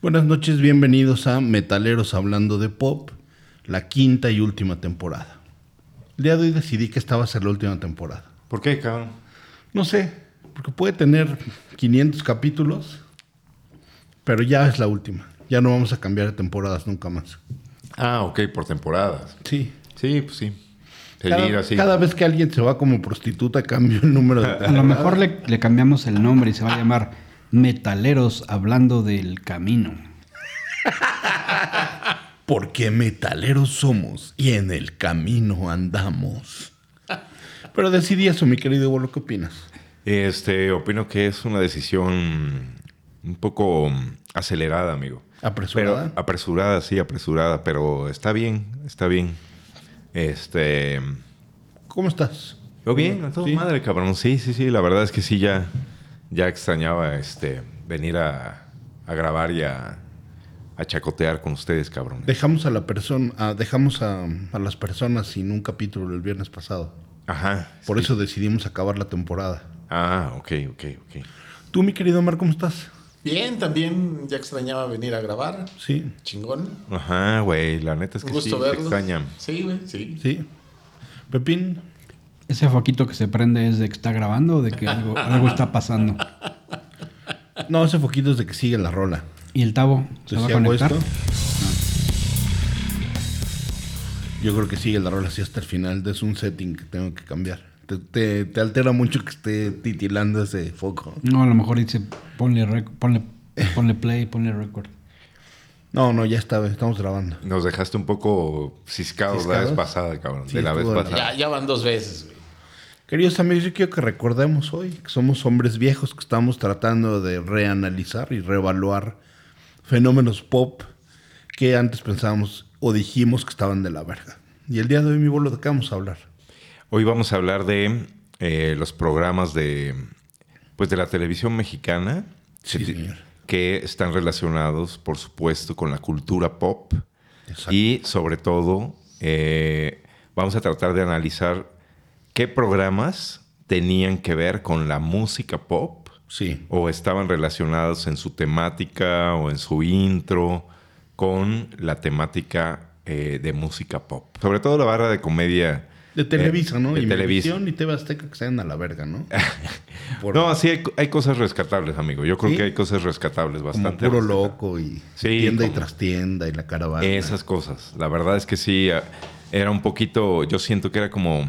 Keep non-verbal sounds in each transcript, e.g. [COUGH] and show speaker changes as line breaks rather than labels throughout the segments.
Buenas noches, bienvenidos a Metaleros Hablando de Pop, la quinta y última temporada. El día de hoy decidí que esta va a ser la última temporada.
¿Por qué, cabrón?
No sé, porque puede tener 500 capítulos, pero ya es la última. Ya no vamos a cambiar de temporadas nunca más.
Ah, ok, por temporadas.
Sí.
Sí, pues sí. El ir
Cada,
así.
cada vez que alguien se va como prostituta, cambio el número de
[LAUGHS] A lo mejor le, le cambiamos el nombre y se va a llamar Metaleros hablando del camino.
Porque metaleros somos y en el camino andamos. Pero decidí eso, mi querido Bolo, ¿qué opinas?
Este, opino que es una decisión un poco mm, acelerada, amigo.
¿Apresurada?
Pero- apresurada, sí, apresurada, pero está bien, está bien. Este.
¿Cómo estás?
Yo bien, a toda
Sí.
madre, cabrón. Sí, sí, sí. La verdad es que sí, ya, ya extrañaba este, venir a, a grabar y a, a chacotear con ustedes, cabrón.
Dejamos a la persona, a- dejamos a, a las personas sin un capítulo el viernes pasado.
Ajá.
Por
sí.
eso decidimos acabar la temporada.
Ah, ok, ok, ok.
Tú, mi querido Omar, ¿cómo estás?
Bien, también ya extrañaba venir a grabar.
Sí,
Chingón.
Ajá, güey, la neta es
Un
que
gusto
sí, te
verlos.
extrañan.
Sí, güey, sí.
sí. Pepín,
Ese foquito que se prende es de que está grabando o de que algo, algo está pasando.
no, ese foquito es de que sigue la rola.
¿Y el tabo? ¿Se
Entonces,
va a
si hago
conectar?
esto. Yo creo que sigue la rola así hasta el final. Es un setting que tengo que cambiar. Te, te- te altera mucho que esté titilando ese foco.
No, a lo mejor dice ponle, rec- ponle, ponle play, ponle record.
No, no, ya está, estamos grabando.
Nos dejaste un poco ciscados, la vez
¿Ciscados?
pasada, cabrón.
Sí,
de la vez
estuvo de la-
pasada.
Ya, ya van dos veces, güey.
Queridos amigos, yo quiero que recordemos hoy que somos hombres viejos que estamos tratando de reanalizar y reevaluar fenómenos pop que antes pensábamos o dijimos que estaban de la verga. Y el día de hoy, mi bolo, ¿de qué vamos a hablar?
Hoy vamos a hablar de eh, los programas de, pues, de la televisión mexicana.
Sí,
que ti-
señor.
Que están relacionados, por supuesto, con la cultura pop.
Exacto.
Y sobre todo, eh, vamos a tratar de analizar qué programas tenían que ver con la música pop
Sí.
o estaban relacionados en su temática o en su intro con la temática eh, de música pop. Sobre todo la barra de comedia.
De Televisa,
eh,
¿no?
De
y
Televisa.
Televisión y TV Azteca que se den a la verga,
[LAUGHS]
¿no? Por-
No, sí hay, hay cosas rescatables, amigo. Yo creo
¿Sí?
que hay cosas rescatables
como
bastante.
puro
rescatables.
loco y
Sí,
tienda y
como-
trastienda y la caravana.
Esas cosas. La verdad es que sí, a- era un poquito, yo siento que era como,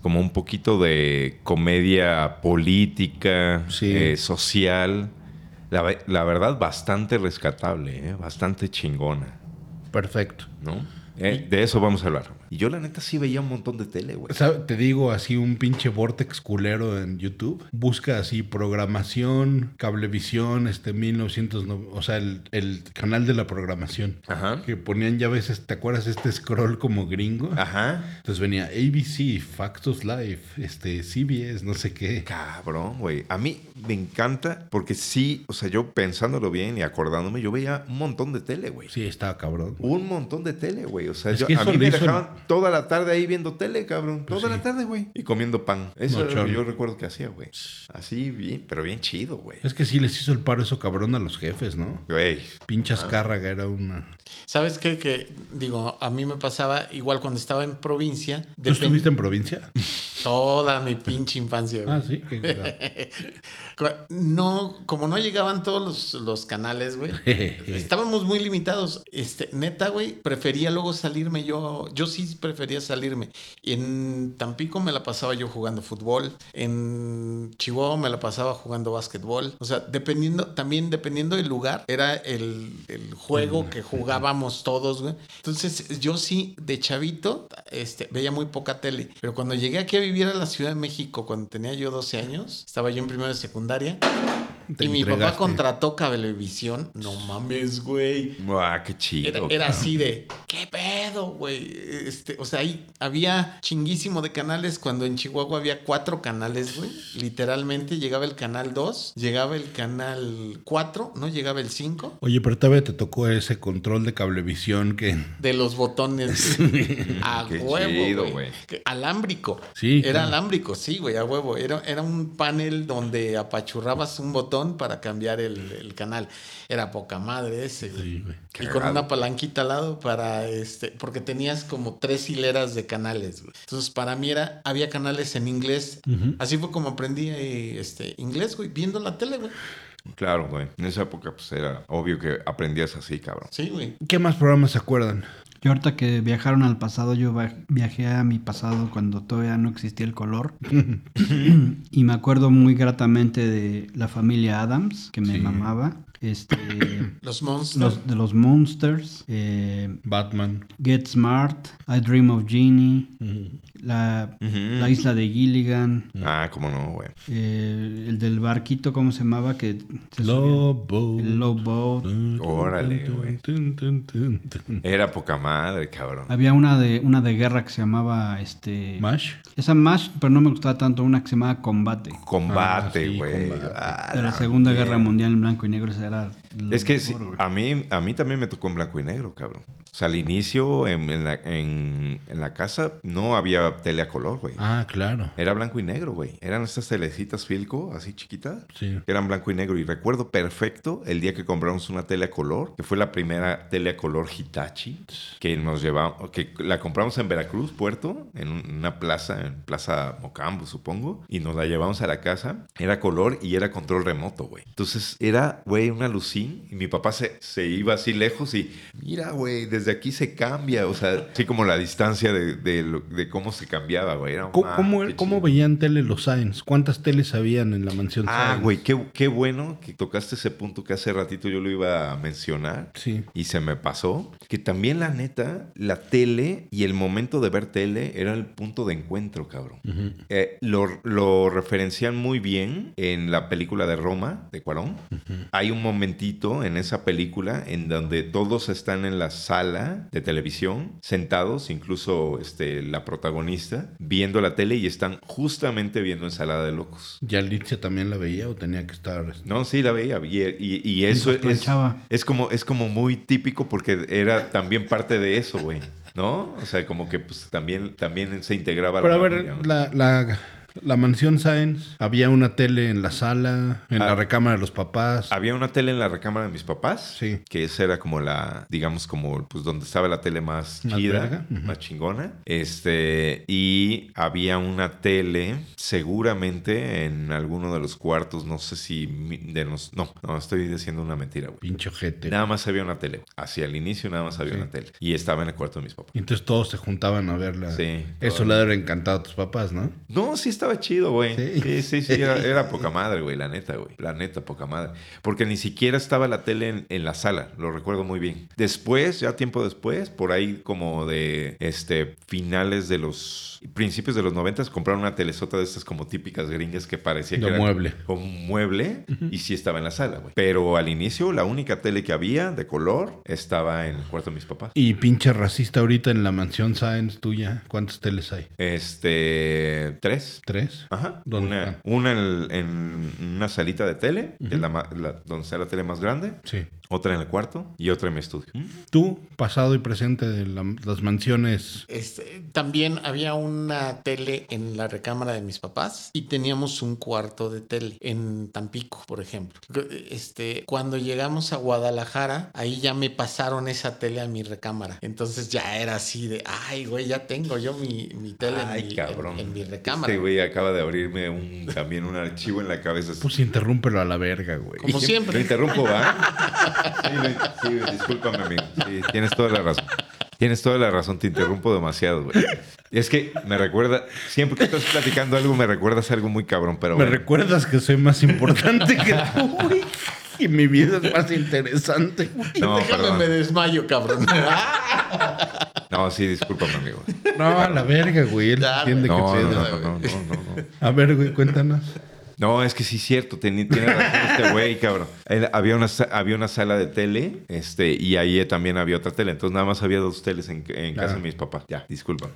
como un poquito de comedia política,
Sí.
eh, social. La, ve- la verdad, bastante rescatable, ¿eh? bastante chingona,
Perfecto.
¿no? Eh, de eso vamos a hablar. Y yo la neta sí veía un montón de tele,
[LAUGHS]
güey.
¿Sabe? Te digo así un pinche vortex culero en YouTube. Busca así programación, cablevisión, este 1990, o sea, el, el canal de la programación.
Ajá.
Que ponían ya a veces, ¿te acuerdas este scroll como gringo?
Ah.
Ajá.
Entonces venía ABC, Factos Live, este CBS, no sé qué.
Cabrón, güey. A mí me encanta porque sí, o sea, yo pensándolo bien y acordándome, yo veía un montón de tele, güey.
Sí, estaba cabrón.
Un montón de tele, güey. O sea,
Es
yo-
que
a
eso
mí me
le hizo-
dejaban toda la tarde ahí viendo tele, cabrón.
Pues
toda
sí.
la tarde, güey. Y comiendo pan. Eso
No,
era lo
chorro.
que yo recuerdo que hacía, güey. Así, bien, pero bien chido, güey.
Es que sí les hizo el paro eso cabrón a los jefes, ¿no?
Güey.
Ah.
Pinche Azcárraga era una.
¿Sabes qué? Que, digo, a mí me pasaba igual cuando estaba en provincia.
¿Tú
depen-
estuviste en
[LAUGHS]
provincia?
Toda mi pinche infancia, güey.
Ah, sí. qué
[LAUGHS]
cagado.
Cu- No, como no llegaban todos los, los canales, güey. Estábamos muy limitados. Este, neta, güey, prefería luego salirme yo. Yo sí prefería salirme. En Tampico me la pasaba yo jugando fútbol. En Chihuahua me la pasaba jugando básquetbol. O sea, dependiendo, también dependiendo del lugar, era el, el juego que jugábamos todos, güey. Entonces, yo sí, de chavito, este, veía muy poca tele. Pero cuando llegué aquí a vivir a la Ciudad de México, cuando tenía yo 12 años, estaba yo en primero de secundaria.
Te
y mi papá
entregaste.
contrató cablevisión. No mames, güey.
Buah, qué chido.
Era, era
cabrón.
así de, ¿qué pedo? pedo, güey? Este, o sea, ahí había chinguísimo de canales cuando en Chihuahua había cuatro canales, güey. Literalmente llegaba el canal 2, llegaba el canal 4, no llegaba el 5.
Oye, pero todavía te tocó ese control de cablevisión que...
De los botones. güey. a
Qué chido,
huevo, güey.
güey.
Que- Alámbrico.
Sí,
Era
claro.
alámbrico, sí, güey, a huevo. Era, era un panel donde apachurrabas un botón para cambiar el, el canal. Era poca madre ese, güey.
Sí, güey.
Qué
Y con
raro.
una palanquita al lado para este, porque tenías como tres hileras de canales. güey. Entonces, para mí era, había canales en inglés. Así fue como aprendí eh, este, inglés, güey, viendo la tele, güey.
Claro, güey. En esa época, pues era obvio que aprendías así, cabrón.
Sí, güey.
¿Qué más programas se acuerdan?
Yo ahorita que viajaron al pasado, yo va- viajé a mi pasado cuando todavía no existía el color. y me acuerdo muy gratamente de la familia Adams, que me mamaba. Este,
Los monstruos.
los, de los Monsters, eh,
Batman.
Get Smart, I Dream of Genie, la,
Ujú.
la isla de Gilligan,
Ah, cómo no, güey.
eh, el del barquito, ¿cómo se llamaba? Que se subía?
Lobo.
El Lowboat.
Órale, güey. Era poca madre, cabrón.
Ah,
Había una de, una de guerra que se llamaba
Eh,
este.
Mash.
Esa Mash, pero no me gustaba tanto, una que se llamaba Combate.
Ah,
Combate,
sí,
güey.
combate.
Ah,
De la
no,
Segunda
güey.
Guerra Mundial en blanco y negro, esa era. lo
Es que sí,
mejor, güey.
a mí, a mí también me tocó en blanco y negro, cabrón. O sea, al inicio en, en la, en- en la casa no había tele a color, güey.
Ah, claro.
Era blanco y negro, güey. Eran estas telecitas Filco, así chiquitas.
Sí.
que eran blanco y negro. Y recuerdo perfecto el día que compramos una tele a color, que fue la primera tele a color Hitachi, que nos llevamos, que la compramos en Veracruz, Puerto, en un- una plaza, en Plaza Mocambo, supongo, y nos la llevamos a la casa. Era color y era control remoto, güey. Entonces era, güey, una lucín. Y mi papá se, se iba así lejos y, mira, güey, desde aquí se cambia. O sea, así como la distancia de, de lo- de cómo se cambiaba, güey. Era,
¿Cómo,
ah,
cómo-
qué
cómo
chido.
veían tele los Sainz? ¿Cuántas teles habían en la mansión
Ah,
Sáenz?
güey, qué, qué bueno que tocaste ese punto que hace ratito yo lo iba a mencionar
Sí.
y se me pasó. Que también la neta, la tele y el momento de ver tele era el punto de encuentro, cabrón. Eh, lo, lo referencian muy bien en la película de Roma, de Cuarón. Hay un momentito en esa película en donde todos están en la sala de televisión, sentados, incluso este, la protagonista, viendo la tele y están justamente viendo Ensalada de Locos.
¿Yalitza también la veía o tenía que estar.? este?
No, sí, la veía. Y, y- y eso
los
es,
planchaba.
es, como, es como muy típico porque era también parte de eso, güey. ¿No? O sea, como que pues, también, también se integraba. la
Pero a
familia, ¿no?
ver, la, la, la mansión Sáenz, había una tele en la sala, en la
Ah.
recámara de los papás.
Había una tele en la recámara de mis papás.
Sí.
Que esa era como la, digamos, como pues donde estaba la tele más
Más
chida,
verga. Ujú.
más chingona. Este, y había una tele seguramente en alguno de los cuartos, no sé si mi- de los... No, no, estoy diciendo una mentira, güey.
Pinche ojete.
Nada más había una tele. Hacia el inicio nada más había
Sí.
una tele. Y estaba en el cuarto de mis papás.
Y Entonces todos se juntaban a verla.
Sí.
Eso le debe encantado a tus papás, ¿no?
No, sí estaba chido, güey.
Sí.
Sí, sí, sí.
[LAUGHS]
era, era poca madre, güey. La neta, güey. La neta, poca madre. Porque ni siquiera estaba la tele en, en la sala. Lo recuerdo muy bien. Después, ya tiempo después, por ahí como de este finales de los... Principios de los noventas, compraron una telesota de estas como típicas gringas que parecía
De
que era
mueble.
como un mueble y sí estaba en la sala, güey. Pero al inicio, la única tele que había de color estaba en el cuarto de mis papás.
Y pinche racista ahorita en la mansión Sáenz tuya. ¿Cuántas teles hay?
Este, tres.
¿Tres?
Ajá.
¿Dónde
una
está?
una en, en una salita de tele, que es la, ma- la- donde está la tele más grande.
Sí.
Otra en el cuarto y otra en mi estudio.
Mm.
Tú, pasado y presente de la- las mansiones.
Este, también había una tele en la recámara de mis papás y teníamos un cuarto de tele en Tampico, por ejemplo. Este, cuando llegamos a Guadalajara, ahí ya me pasaron esa tele a mi recámara. Entonces ya era así de, ay, güey, ya tengo yo mi, mi tele en mi- en, en mi recámara.
Este güey acaba de abrirme un, también un archivo en la cabeza.
Pues interrúmpelo a la verga, güey.
Como siempre.
Lo
[LAUGHS]
interrumpo, ¿va? Sí, lo- sí, discúlpame, amigo. Sí, tienes toda la razón. Tienes toda la razón, te interrumpo demasiado, güey. Es que me recuerda, siempre que estás platicando algo, me recuerdas algo muy cabrón, pero
Me
bueno.
recuerdas que soy más importante que tú, [LAUGHS] güey. Y mi vida es más interesante, güey.
No,
Déjame,
perdón.
me
[LAUGHS]
desmayo, cabrón.
No, sí, discúlpame, amigo.
No, a la verga, güey. Él
Ya,
entiende
güey.
qué
No, no,
pedo.
no, no, no, no, no.
A ver, güey, cuéntanos.
No, es que sí es cierto, tiene, tiene razón este güey, cabrón. Él- había, una, sa- había una sala de tele este, y ahí también había otra tele. Entonces nada más había dos teles en, en casa
Claro.
de mis papás. Ya, disculpa.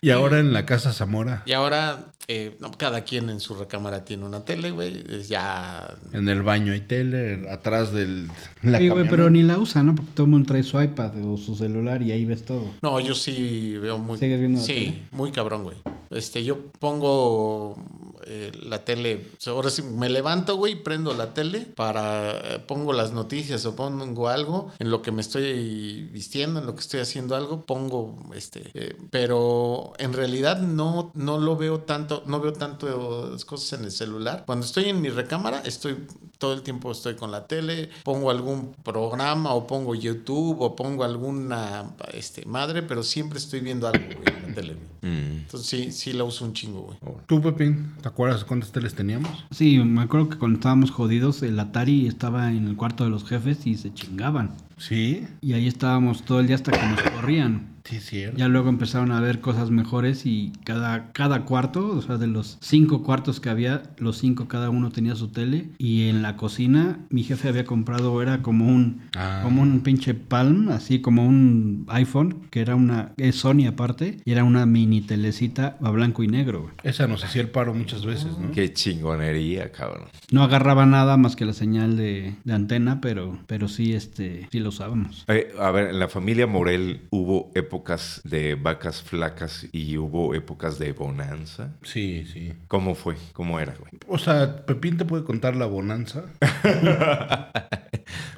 Y ahora en la Casa Zamora,
Y ahora, eh, no, cada quien en su recámara tiene una tele, güey. Es Ya.
en el baño hay tele, atrás del... La
Sí, güey,
camioneta.
pero ni la usa, ¿no? Porque todo el mundo trae su iPad o su celular y ahí ves todo.
No, yo sí veo muy.
¿Sigues viendo la
sí,
tele?
muy cabrón, güey. Este, yo pongo eh, la tele. o sea, Ahora sí me levanto, güey, prendo la tele para. eh, pongo las noticias o pongo algo en lo que me estoy vistiendo, en lo que estoy haciendo algo, pongo este. eh, pero en realidad no, no lo veo tanto, no veo tanto cosas en el celular. Cuando estoy en mi recámara, estoy todo el tiempo estoy con la tele, pongo algún programa o pongo YouTube o pongo alguna este, madre, pero siempre estoy viendo algo güey, en la tele. güey.
Mm.
Entonces sí, sí la uso un chingo, güey.
Tú, Pepín, ¿te acuerdas cuántas teles teníamos?
Sí, me acuerdo que cuando estábamos jodidos, el Atari estaba en el cuarto de los jefes y se chingaban.
Sí,
Y ahí estábamos todo el día hasta que nos corrían.
sí, es cierto.
Ya luego empezaron a ver cosas mejores y cada, cada cuarto, o sea, de los cinco cuartos que había, los cinco cada uno tenía su tele. Y en la cocina, mi jefe había comprado, era como un,
Ah.
como un pinche Palm, así como un iPhone, que era una, es Sony aparte, y era una mini telecita a blanco y negro. güey.
Esa nos hacía el paro muchas veces, ¿no?
Qué chingonería, cabrón.
No agarraba nada más que la señal de, de antena, pero, pero sí, este, sí lo usábamos.
Eh, a ver, en la familia Morel hubo épocas de vacas flacas y hubo épocas de bonanza.
Sí, sí.
¿Cómo fue? ¿Cómo era, güey?
O sea, Pepín te puede contar la bonanza.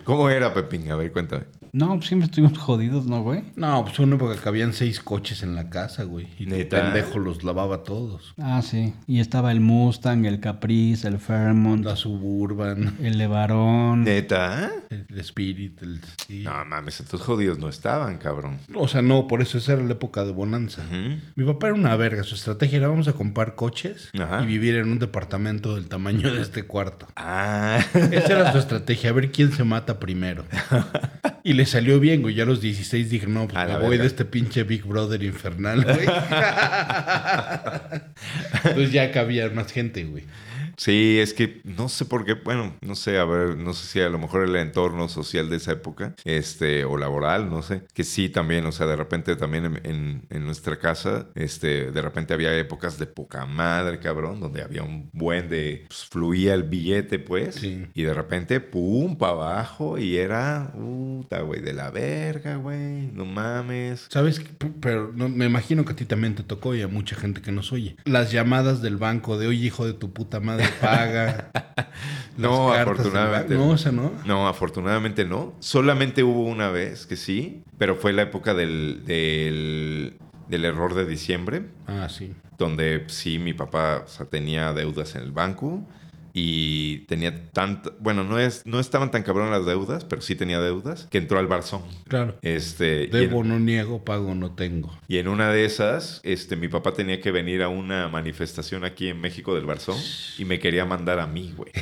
¿Cómo era, Pepín? A ver, cuéntame.
No, pues siempre estuvimos [LAUGHS] jodidos, ¿no, güey?
[LAUGHS] No, pues una época que habían seis coches en la casa, güey. Y el
¿Neta?
pendejo los lavaba todos.
Ah, sí. Y estaba el Mustang, el Caprice, el Fairmont,
La Suburban,
el Levarón.
¿Neta?
el Spirit, el... sí.
No mames, estos jodidos no estaban, cabrón.
O sea, no, por eso esa era la época de bonanza.
Ujú.
Mi papá era una verga, su estrategia era vamos a comprar coches
Ajá.
y vivir en un departamento del tamaño de este cuarto.
Ah, [LAUGHS]
Esa era su estrategia, a ver quién se mata primero. Y le salió bien, güey. Ya a los 16 dije, no, pues
A
me
la
voy
verga.
de este pinche Big Brother infernal, güey. Entonces ya cabía más gente, güey.
sí, es que no sé por qué, bueno, no sé, a ver, no sé si a lo mejor el entorno social de esa época, este, o laboral, no sé, que sí también, o sea, de repente también en, en- en nuestra casa, este, de repente había épocas de poca madre, cabrón, donde había un buen de, pues, fluía el billete, pues,
Sí.
y de repente, pum, para abajo, y era, puta, güey, de la verga, güey, no mames.
¿Sabes? qué? P- Pero no- me imagino que a ti también te tocó y a mucha gente que nos oye. Las llamadas del banco de, oye, hijo de tu puta madre, paga. Las
[LAUGHS] No,
cartas del
afortunadamente.
banco. No, o sea, ¿no?
No, afortunadamente no. Solamente hubo una vez que sí, pero fue la época del, del, del error de diciembre,
Ah, sí.
donde sí mi papá o sea, tenía deudas en el banco y tenía tanto, bueno, no, es, no estaban tan cabrón las deudas, pero sí tenía deudas, que entró al Barzón.
Claro.
Este, y en-
Debo, no niego, pago, no tengo.
y en una de esas, este, mi papá tenía que venir a una manifestación aquí en México del Barzón y me quería mandar a mí, güey.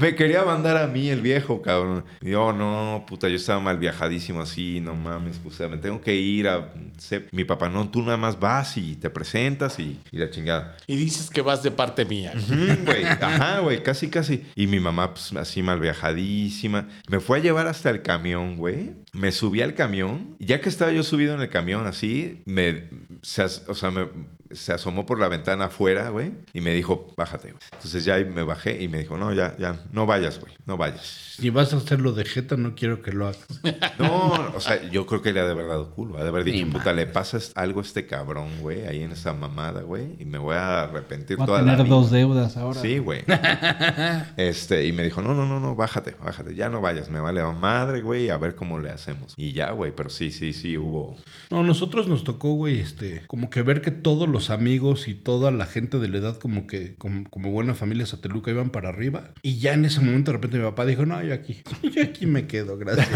me quería mandar a mí el viejo, cabrón. Y yo, no, puta, yo estaba mal viajadísimo así, no mames, pues, o sea, me tengo que ir a... se- Mi papá, no, tú nada más vas y te presentas y, y la chingada.
Y dices que vas de parte mía. güey.
Ujú, güey. Ajá, güey, casi, casi. Y mi mamá, pues, así mal viajadísima. Me fue a llevar hasta el camión, güey. Me subí al camión. Ya que estaba yo subido en el camión, así, me. Se, as- o sea, me- se asomó por la ventana afuera, güey, y me dijo, bájate, güey. Entonces ya ahí me bajé y me dijo, no, ya, ya, no vayas, güey, no vayas.
Si vas a hacerlo de jeta, no quiero que lo hagas.
No, o sea, yo creo que le ha de haber dado culo, ha de haber dicho,
Ni
puta, le pasa algo a este cabrón, güey, ahí en esa mamada, güey, y me voy a arrepentir
Va a
toda la
tener
vida.
dos deudas ahora.
Sí, güey. Este, y me dijo, no, no, no, no, bájate, bájate, ya no vayas, me vale madre, güey, a ver cómo le hacemos. Y ya, güey, pero sí, sí, sí, hubo.
No, nosotros nos tocó, güey, este, como que ver que todos los amigos y toda la gente de la edad, como que, como, como buena familia sateluca, iban para arriba. Y ya en ese momento, de repente, mi papá dijo, no, yo aquí, [LAUGHS] yo aquí me quedo, gracias.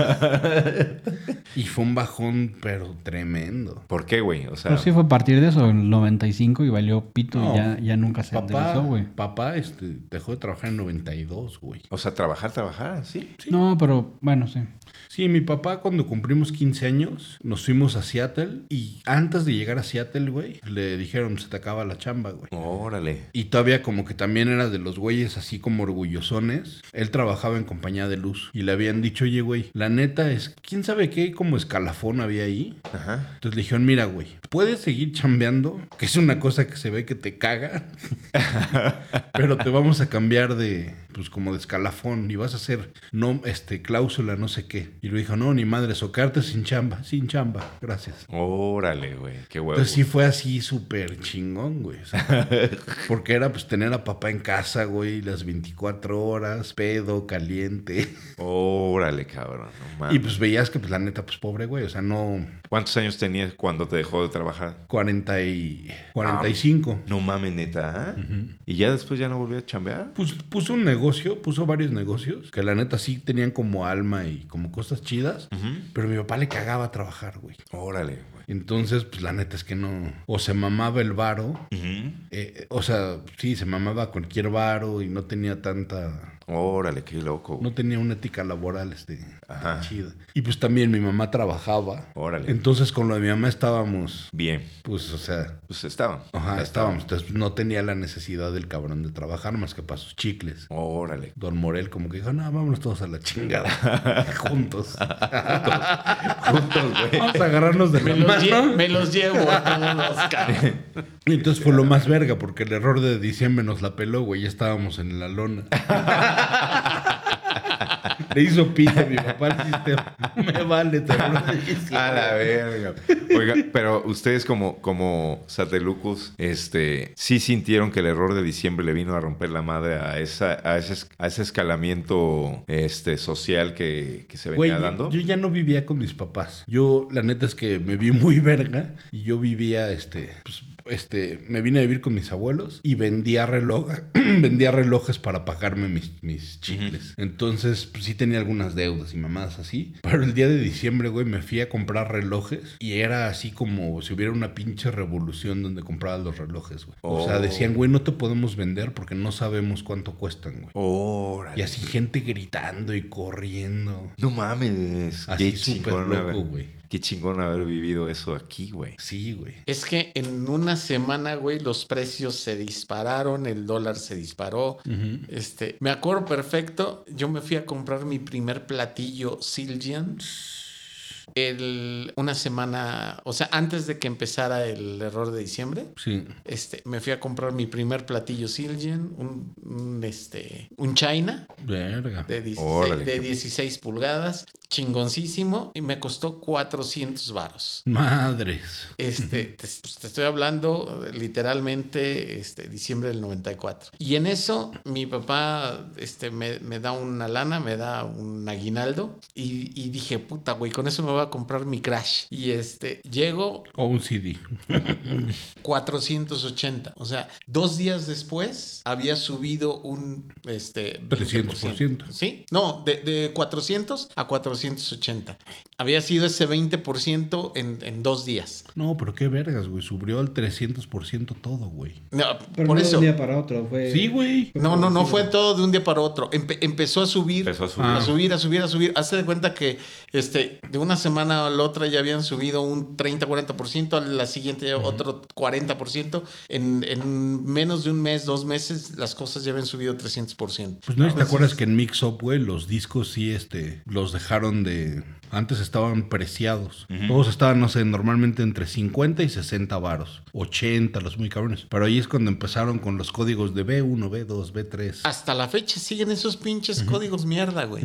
[LAUGHS]
y fue un bajón, pero tremendo.
¿Por qué, güey? O sea,
Pero Pues sí fue a partir de eso, en el 95 y valió pito
No.
y ya, ya nunca se
Papá,
enderezó, güey.
papá, este, dejó de trabajar en 92, güey.
o sea, trabajar, trabajar, sí.
No, pero bueno, sí.
Sí, mi papá cuando cumplimos 15 años nos fuimos a Seattle y antes de llegar a Seattle, güey, le dijeron se te acaba la chamba, güey.
Órale.
Y todavía como que también era de los güeyes así como orgullosones. Él trabajaba en compañía de luz y le habían dicho, oye, güey, la neta es, quién sabe qué como escalafón había ahí.
Ajá.
Entonces le dijeron, mira, güey, puedes seguir chambeando, que es una cosa que se ve que te caga, [LAUGHS] pero te vamos a cambiar de, pues como de escalafón y vas a hacer no, este, cláusula, no sé qué. Y le dijo, no, ni madre, socarte sin chamba, sin chamba, gracias.
Órale, güey. Qué huevo.
Entonces Pues sí fue así súper chingón, güey. o
[LAUGHS]
sea, porque era pues tener a papá en casa, güey, las 24 horas, pedo, caliente.
Órale, cabrón. No mames.
Y pues veías que pues la neta, pues pobre, güey, o sea, no
¿Cuántos años tenías cuando te dejó de trabajar?
40 y 45.
No mames, neta. ¿eh? Y ya después ya no volví a chambear.
Pus- Pues, puso un negocio, puso varios negocios que la neta sí tenían como alma y como cosas chidas,
Ujú.
pero mi papá le cagaba trabajar, güey.
Órale, güey.
Entonces, pues la neta es que no. O se mamaba el varo.
Ujú.
eh, o sea, sí, se mamaba cualquier varo y no tenía tanta.
Órale, qué loco. güey.
No tenía una ética laboral este, tan
Ajá.
chida. Y pues también mi mamá trabajaba.
Órale.
Entonces con lo de mi mamá estábamos,
Bien.
pues, o sea,
Pues estaban.
Ajá,
Ya
estábamos. Entonces no tenía la necesidad del cabrón de trabajar más que para sus chicles.
Órale.
Don Morel como que dijo, no, vámonos todos a la
[LAUGHS]
chingada. Juntos.
Juntos, güey.
Vamos a agarrarnos de
Me
la
los, lle-
mano.
me los llevo a todos, cabrón.
Y entonces fue lo más verga, porque el error de diciembre nos la peló, güey. Ya estábamos en la
[LAUGHS]
lona. Le hizo pito mi papá al sistema. [LAUGHS] Me vale, te hablo de diciembre.
A la verga. Oiga, pero ustedes como, como satelucos, este, sí sintieron que el error de diciembre le vino a romper la madre a, esa, a, ese, es- a ese escalamiento este, social que, que se venía
Güey,
dando.
yo ya no vivía con mis papás. Yo, la neta es que me vi muy [LAUGHS] verga y yo vivía, este, pues, este, me vine a vivir con mis abuelos y vendía reloj, [CLEARS THROAT] vendía relojes para pagarme mis, mis chicles. Entonces, pues, sí tenía algunas deudas y mamadas así. Pero el día de diciembre, güey, me fui a comprar relojes y era así como si hubiera una pinche revolución donde compraba los relojes, güey. O sea,
Oh.
decían, güey, no te podemos vender porque no sabemos cuánto cuestan, güey. Y
Órale.
así gente gritando y corriendo.
No mames.
Así
qué
súper
chingón
loco,
haber-
güey.
Qué chingón haber vivido eso aquí, güey.
Sí, güey.
Es que en una semana, güey, los precios se dispararon, el dólar se disparó. Este, me acuerdo perfecto, yo me fui a comprar mi primer platillo Silgian. El, una semana, o sea, antes de que empezara el error de diciembre,
Sí.
este, me fui a comprar mi primer platillo Silgian, un, un, este, un China
Verga.
de 16,
Órale.
de 16 pulgadas, chingoncísimo, y me costó 400 varos.
Madres.
Este, te, pues, te estoy hablando eh, literalmente este, diciembre del 94. Y en eso mi papá este, me, me da una lana, me da un aguinaldo y, y dije, puta, güey, con eso me voy a comprar mi crash. Y este, llego
O un CD.
480. O sea, dos días después había subido un este,
300%.
Sí, no, de, de 400 a 480. Había sido ese 20% en, en dos días.
No, pero qué vergas, güey. Subió al 300% todo, güey.
No,
Pero
por
no de
eso.
un día para otro, fue.
Sí, güey.
No, no, no fue todo de un día para otro. Empe- empezó a subir,
Empezó a subir.
a
Ah.
subir, a subir, a subir. Hazte de cuenta que este, de una semana a la otra ya habían subido un 30, 40%, a la siguiente ya otro 40%. En, en menos de un mes, dos meses, las cosas ya habían subido 300%.
Pues no, ¿te acuerdas que en Mix Up, güey, los discos sí, este, los dejaron de... Antes estaban preciados. Todos estaban, no sé, normalmente entre 50 y 60 varos. 80, los muy cabrones. Pero ahí es cuando empezaron con los códigos de B1, B2, B3.
Hasta la fecha siguen esos pinches códigos mierda, güey.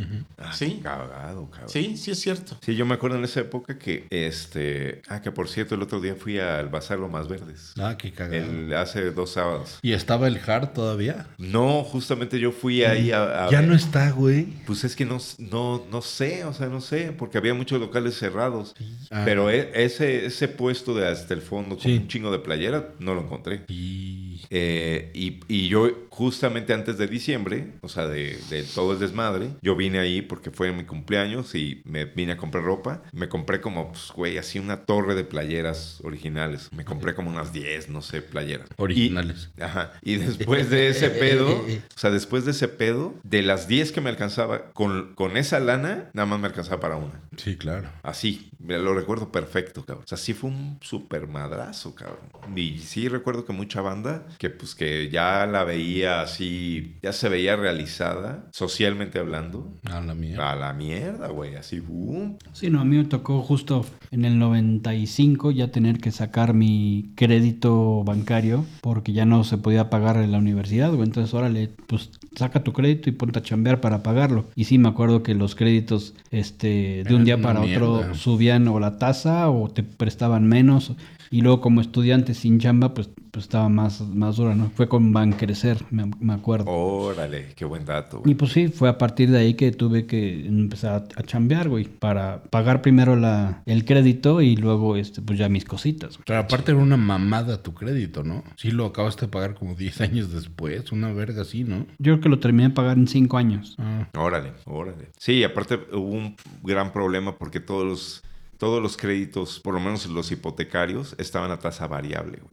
Sí,
Cagado, Ah, cabrón.
sí, sí es cierto.
Sí, yo me acuerdo en esa época que, este, ah, que por cierto, el otro día fui al Bazar Lo Más Verdes.
Ah, qué cagado.
El, hace dos sábados.
¿Y estaba el hard todavía?
No, justamente yo fui ahí a, a
Mm, ya
ver.
no está, güey.
Pues es que no, no, no sé, o sea, no sé, porque había muchos locales cerrados.
Ah.
Pero e- ese, ese puesto de hasta el fondo con
Sí.
un chingo de playera, no lo encontré.
Y...
Eh, y, y yo justamente antes de diciembre, o sea, de, de todo el desmadre, yo vine ahí porque fue mi cumpleaños y me vine a comprar ropa. Me compré como, pues, güey, así una torre de playeras originales. Me compré como unas 10, no sé, playeras.
Originales.
Y, ajá. Y después de ese pedo, o sea, después de ese pedo, de las 10 que me alcanzaba con, con esa lana, nada más me alcanzaba para una.
Sí, claro.
Así, me lo recuerdo perfecto, cabrón. O sea, sí fue un super madrazo, cabrón. Y sí recuerdo que mucha banda, que pues que ya la veía así, ya se veía realizada, socialmente hablando.
A la mía.
A la mierda, güey. Así, boom.
Sí, no, a mí me tocó justo en el 95 ya tener que sacar mi crédito bancario porque ya no se podía pagar en la universidad, güey. Entonces, órale, pues saca tu crédito y ponte a chambear para pagarlo. Y sí, me acuerdo que los créditos, este, de un
Eran
día
una
para otro
mierda.
subían o la tasa o te prestaban menos. Y luego como estudiante sin chamba, pues, pues estaba más, más dura, ¿no? Fue con Bancrecer, me, me acuerdo.
Órale, qué buen dato,
Y
güey.
pues sí, fue a partir de ahí que tuve que empezar a chambear, güey, para pagar primero la, el crédito y luego, este, pues ya mis cositas, güey.
Pero aparte era una mamada tu crédito, ¿no? Sí lo acabaste de pagar como 10 años después, una verga así, ¿no?
Yo creo que lo terminé de pagar en cinco años.
Ah,
Órale, órale. Sí, aparte hubo un gran problema porque todos los, todos los créditos, por lo menos los hipotecarios, estaban a tasa variable, güey.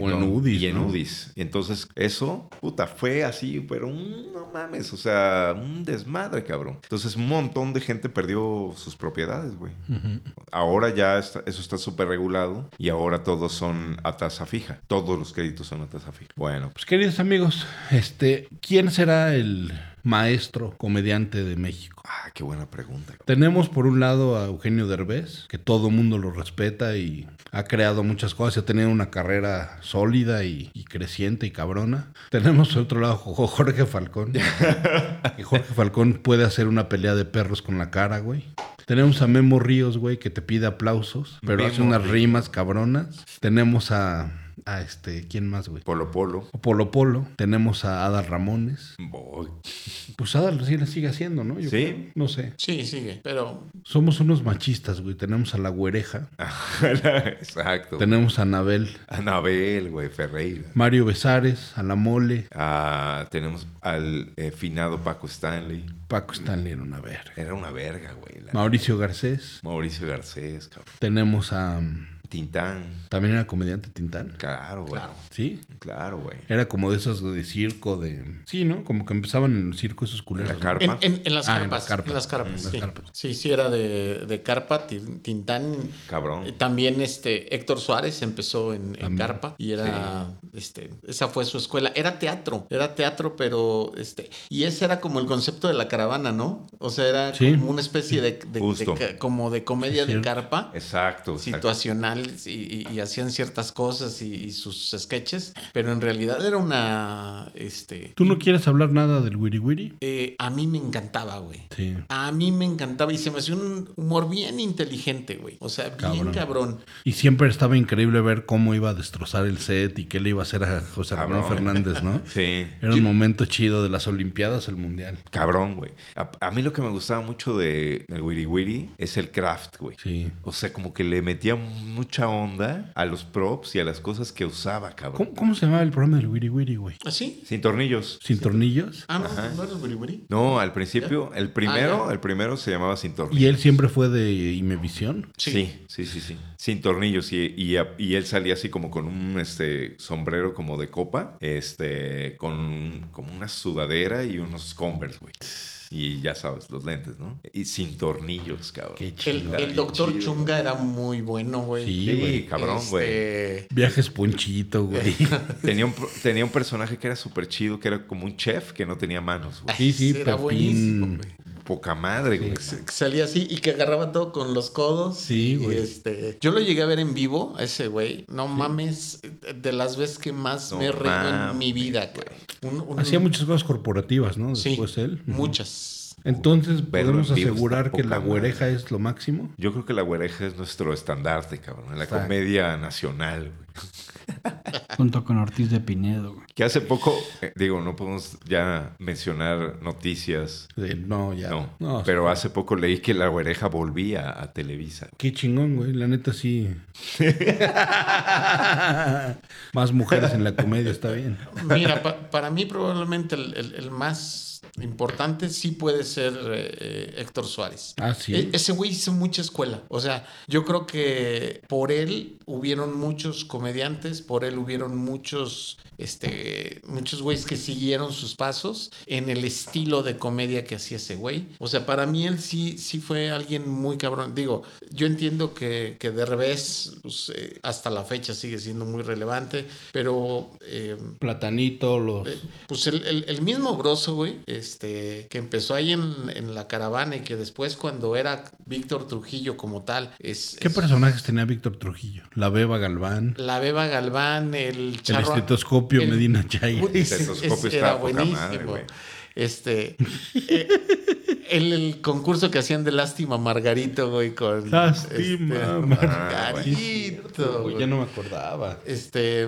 O en UDIs,
Y en
¿no?
UDIs. Entonces, eso, puta, fue así, pero un- no mames, o sea, un desmadre, cabrón. Entonces, un montón de gente perdió sus propiedades, güey. Ahora ya está- eso está súper regulado y ahora todos son a tasa fija. Todos los créditos son a tasa fija. Bueno,
Pues queridos amigos, este, ¿quién será el maestro comediante de México?
ah, qué buena pregunta.
Tenemos por un lado a Eugenio Derbez, que todo mundo lo respeta y ha creado muchas cosas, y ha tenido una carrera sólida y, y creciente y cabrona. Tenemos por otro lado a Jo- Jorge
[LAUGHS]
Falcón, que Jorge Falcón puede hacer una pelea de perros con la cara, güey. Tenemos a Memo Ríos, güey, que te pide aplausos, pero
Memo
hace unas
Ríos.
rimas cabronas. Tenemos a, a este, ¿quién más, güey?
Polo Polo.
Polo Polo, tenemos a Adal Ramones.
Voy.
Pues Adal sí la sigue haciendo, ¿no? Yo
Sí.
creo. No sé.
Sí, sigue. Pero
Somos unos machistas, güey. Tenemos a la güereja,
Exacto.
tenemos a Anabel,
Anabel, güey, Ferreira.
Mario Besares, a la mole,
Ah, tenemos al eh, finado Paco Stanley.
Paco Stanley era una verga.
Era una verga, güey. la-
Mauricio Garcés,
Mauricio Garcés, cabrón.
tenemos a. mm,
Tintán.
También era comediante Tintán.
Claro, güey.
Sí.
Claro, güey.
Era como de esas de circo, de. Sí, ¿no? Como que empezaban en el circo esos culeros.
La
¿no?
carpa.
en, en- en las
Ah, en
carpas.
las carpas.
En las carpas.
En las
sí.
carpas.
Sí, sí, era de, de carpa. Tin- Tintán.
Cabrón.
Eh, También este Héctor Suárez empezó en, en Carpa y era este esa fue su escuela, era teatro, era teatro, pero este y ese era como el concepto de la caravana, ¿no? O sea, era
Sí.
como una especie de, de- de
Justo.
ca- como de comedia
Sí,
de
cierto.
carpa
Exacto. exacto.
situacional y, y- y hacían ciertas cosas y, y sus sketches, pero en realidad era una este
¿Tú no quieres hablar nada del Wiri Wiri?
eh, a mí me encantaba, güey.
Sí.
A mí me encantaba y se me hacía un humor bien inteligente, güey. O sea, bien
Cabrón.
cabrón.
Y siempre estaba increíble ver cómo iba a destrozar el set y qué le iba a hacer a José Ramón
Cabrón.
Fernández,
[LAUGHS]
¿no?
Sí.
Era un momento chido de las Olimpiadas al Mundial.
Cabrón, güey. A, a mí lo que me gustaba mucho de el Wiri Wiri es el craft, güey.
Sí.
O sea, como que le metía mucha onda a los props y a las cosas que usaba, cabrón.
¿Cómo, cómo se llamaba el programa del Wiri Wiri, güey?
¿Así?
Sin tornillos.
¿Sin tornillos?
Ah, no, no era el Buriburi.
No, al principio, el primero,
Ah, ya.
el primero se llamaba Sin
¿Y
Tornillos.
él siempre fue de Imevisión?
Sí.
Sí, sí, sí, sí. Sin tornillos. Y, y, a- y él salía así como con un este, sombrero como de copa, este, con como una sudadera y unos Converse, güey. Y ya sabes, los lentes, ¿no? Y sin tornillos, cabrón.
Qué
El,
chido.
el doctor Chunga era muy bueno, güey.
Sí,
Sí,
güey.
cabrón,
Este,
güey.
Viajes Ponchito,
[LAUGHS]
güey.
Tenía un, pro- tenía un personaje que era súper chido, que era como un chef que no tenía manos, güey.
Sí, sí,
ese [LAUGHS] era
Pepín.
buenísimo, güey.
Poca madre, güey.
Que salía así y que agarraba todo con los codos.
Sí,
Y,
güey.
Este, yo lo llegué a ver en vivo, a ese güey. No mames, de las veces que más
No
me he reído en mi
mames,
vida, güey. Un- un-
Hacía muchas cosas corporativas, ¿no?
Sí,
Después él. Ujú.
Muchas.
Entonces,
Verlo
¿podemos
en vivo
asegurar
está
que la
poca
güereja es lo máximo?
Yo creo que la güereja es nuestro estandarte, cabrón. La
Exacto.
comedia nacional, güey.
Junto con Ortiz de Pinedo, güey.
Que hace poco, eh, digo, no podemos ya mencionar noticias.
Eh, no, ya.
No,
No,
pero hace poco leí que la güereja volvía a Televisa.
Qué chingón, güey. La neta
[LAUGHS]
sí. Más mujeres en la comedia, está bien.
Mira, pa- para mí probablemente el, el- el más importante sí puede ser eh, eh, Héctor Suárez.
Ah, sí.
E- ese güey hizo mucha escuela. O sea, yo creo que por él hubieron muchos comediantes, por él hubieron muchos, este, muchos güeyes que siguieron sus pasos en el estilo de comedia que hacía ese güey. O sea, para mí él sí, sí fue alguien muy cabrón. Digo, yo entiendo que, que de revés, pues, eh, hasta la fecha sigue siendo muy relevante, pero... eh,
Platanito, los.
eh, Pues el, el- el mismo Broso, güey, este, que empezó ahí en, en la caravana y que después cuando era Víctor Trujillo como tal, es...
¿Qué
es
personajes tenía Víctor Trujillo? La Beba Galván,
La Beba Galván, el
el
Charro...
estetoscopio
el-
Medina Chay.
Uy,
El
ese-
estetoscopio
ese
estaba
era
poca madre,
buenísimo.
güey. [LAUGHS]
este... eh, el, el concurso que hacían de Lástima Margarito, güey, con... este,
Lástima,
Ah,
Margarito,
Uy,
güey.
ya no me acordaba.
Este,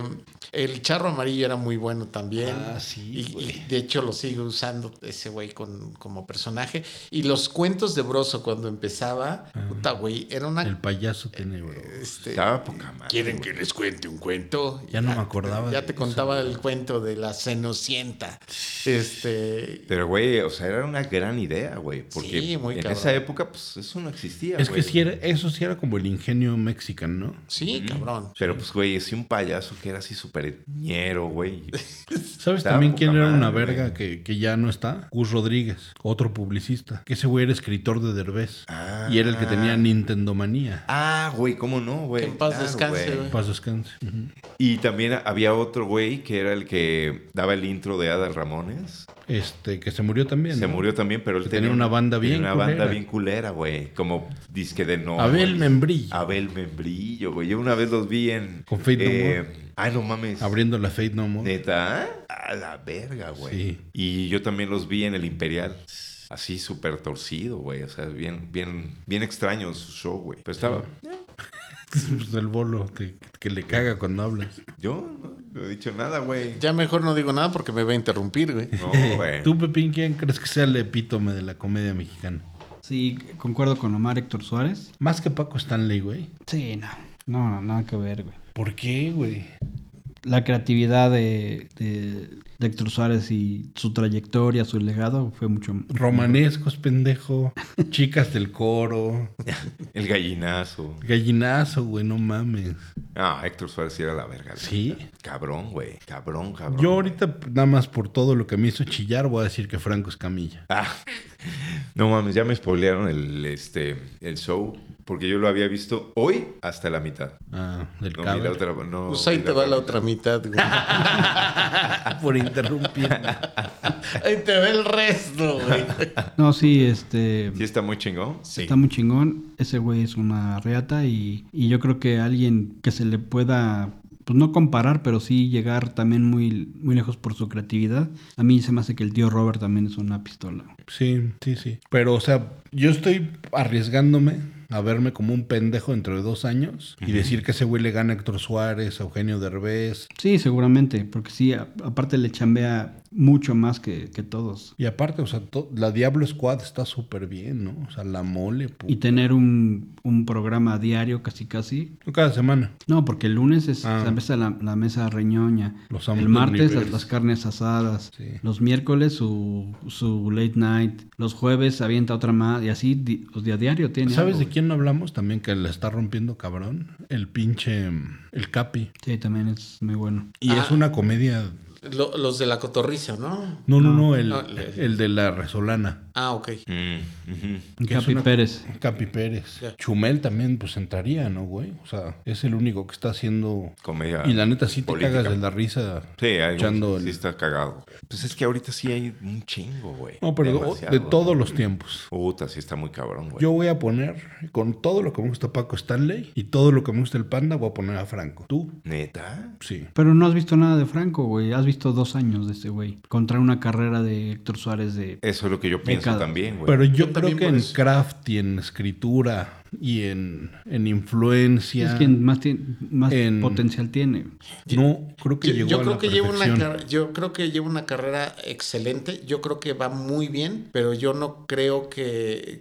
el charro amarillo era muy bueno también.
Ah, sí,
Y- Y,
güey.
de hecho lo sigue usando ese güey con, como personaje. Y los cuentos de Broso cuando empezaba, puta güey, era una.
Ah. El payaso tiene, bro.
Eh,
este,
Estaba poca madre.
¿Quieren
güey.
que les cuente un cuento?
Ya no me acordaba
Ya
de
te
eso,
contaba
güey.
el cuento de la cenocienta. Este.
Pero, güey, o sea, era una gran idea, güey. Porque
Sí, muy
en
cabrón.
esa época, pues, eso no existía,
Es que
güey.
sí era, eso sí era como el ingenio mexicano, ¿no?
Sí, cabrón.
Pero, pues, güey, si un payaso que era así súper ñero,
[LAUGHS]
güey.
¿Sabes
Estaba
también
poca
quién era una
madre,
verga
güey.
que, que ya no está? Gus Rodríguez, otro publicista. Que ese güey era escritor de Derbez.
Ah.
Y era el que tenía Nintendo Manía.
Ah, güey, ¿cómo no, güey?
Que en paz
Claro,
descanse, güey.
Paz descanse. Ujú.
Y también había otro güey que era el que daba el intro de Adal Ramones.
Este, que se murió también.
Se
¿no?
murió también, pero él
Que tenía una banda bien
tenía una
culera.
banda bien culera, güey. Como disque de no.
Abel
güey.
Membrillo.
Abel Membrillo, güey. Yo una vez los vi en. eh,
Con Faith No
Ay, no mames.
Abriendo la Fate No More.
Neta. A la verga, güey.
Sí.
Y yo también los vi en el Imperial. Así súper torcido, güey. O sea, bien, bien, bien extraño su show, güey. Pero estaba.
[LAUGHS] Pues el bolo que, que le caga cuando hablas.
Yo no, no he dicho nada, güey.
Ya mejor no digo nada porque me va a interrumpir, güey.
No,
[LAUGHS]
güey.
¿Tú, Pepín, quién crees que sea el epítome de la comedia mexicana?
Sí, concuerdo con Omar Héctor Suárez.
Más que Paco Stanley, güey.
Sí, no. No, no, nada que ver, güey.
¿Por qué, güey?
La creatividad de, de, de Héctor Suárez y su trayectoria, su legado, fue mucho.
Romanescos, pendejo. Chicas del coro.
El gallinazo.
Gallinazo, güey, no mames.
Ah, Héctor Suárez sí era la verga. güey.
¿Sí?
Cabrón, güey. Cabrón, cabrón.
Yo
güey.
ahorita, nada más por todo lo que me hizo chillar, voy a decir que Franco es camilla.
Ah, No mames, ya me spoilearon el, este, el show. Porque yo lo había visto hoy hasta la mitad.
Ah, del
No, vi
cable.
la otra, no,
Pues ahí
vi
te va la
mitad.
otra mitad,
[LAUGHS]
güey.
Ah, Por
[LAUGHS]
interrumpir.
ahí te va el resto, güey.
No, sí, este.
Sí está muy chingón.
Sí.
Está muy chingón. Ese güey es una reata y, y yo creo que alguien que se le pueda, pues no comparar, pero sí llegar también muy, muy lejos por su creatividad. A mí se me hace que el tío Robert también es una pistola.
Sí, sí, sí. Pero, o sea, yo estoy arriesgándome a verme como un pendejo dentro de dos años y decir que ese güey le gana a Héctor Suárez, a Eugenio Derbez.
Sí, seguramente, porque sí, a- aparte le chambea mucho más que, que todos.
Y aparte, o sea, to- la Diablo Squad está súper bien, ¿no? O sea, la mole, puta.
Y tener un, un programa diario casi casi.
Cada semana.
No, porque el lunes es
Ah.
la mesa, la, la mesa reñoña.
Los amos
el
del
martes las,
universo.
las carnes asadas.
Sí.
Los miércoles su, su late night. Los jueves avienta otra más. Y así di- pues, de a diario tiene.
¿Sabes
algo,
de
güey.
quién no hablamos también que la está rompiendo cabrón? El pinche. mm, El Capi.
Sí, también es muy bueno.
Y
Ah.
es una comedia.
Lo- los de la cotorriza, ¿no?
No, no, no, el,
no, le-
el de la Resolana.
Ah, ok.
Mm,
que
ujú.
es
Capi
una-
Pérez.
Capi Pérez.
Ya.
Chumel también, pues entraría, ¿no, güey? O sea, es el único que está haciendo.
Comedia.
Y la neta, sí te
Ah, política.
cagas de la risa.
Sí, hay
escuchando
un- sí
el-
está cagado. Pues es que ahorita sí hay un chingo, güey.
No, pero
Demasiado.
de todos los tiempos.
Puta, sí está muy cabrón, güey.
Yo voy a poner, con todo lo que me gusta Paco Stanley y todo lo que me gusta el Panda, voy a poner a Franco. ¿Tú?
¿Neta?
Sí.
Pero no has visto nada de Franco, güey. Has visto dos años de este güey. Contra una carrera de Héctor Suárez de...
Eh,
Eso es lo que yo pienso
Décadas.
también, güey.
Pero yo,
Yo
creo
también
que
por
en
eso.
craft y en escritura y en, en influencia.
Es quien más, tien- más
En-
potencial tiene.
No, creo que
Yo,
llegó
yo
a
creo
la
que lleva una
perfección.
car- yo creo que lleva una carrera excelente, yo creo que va muy bien, pero yo no creo que,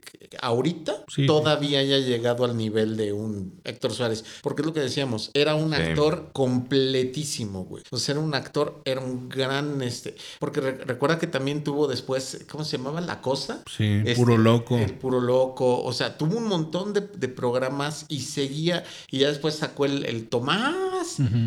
que ahorita
Sí.
todavía haya llegado al nivel de un Héctor Suárez, porque es lo que decíamos, era un
Sí.
actor completísimo, güey. O sea, era un actor, era un gran este, porque re- recuerda que también tuvo después, ¿cómo se llamaba? La cosa.
Sí,
Este,
puro loco.
El puro loco. O sea, tuvo un montón de, de programas y seguía. Y ya después sacó el, el Tomás.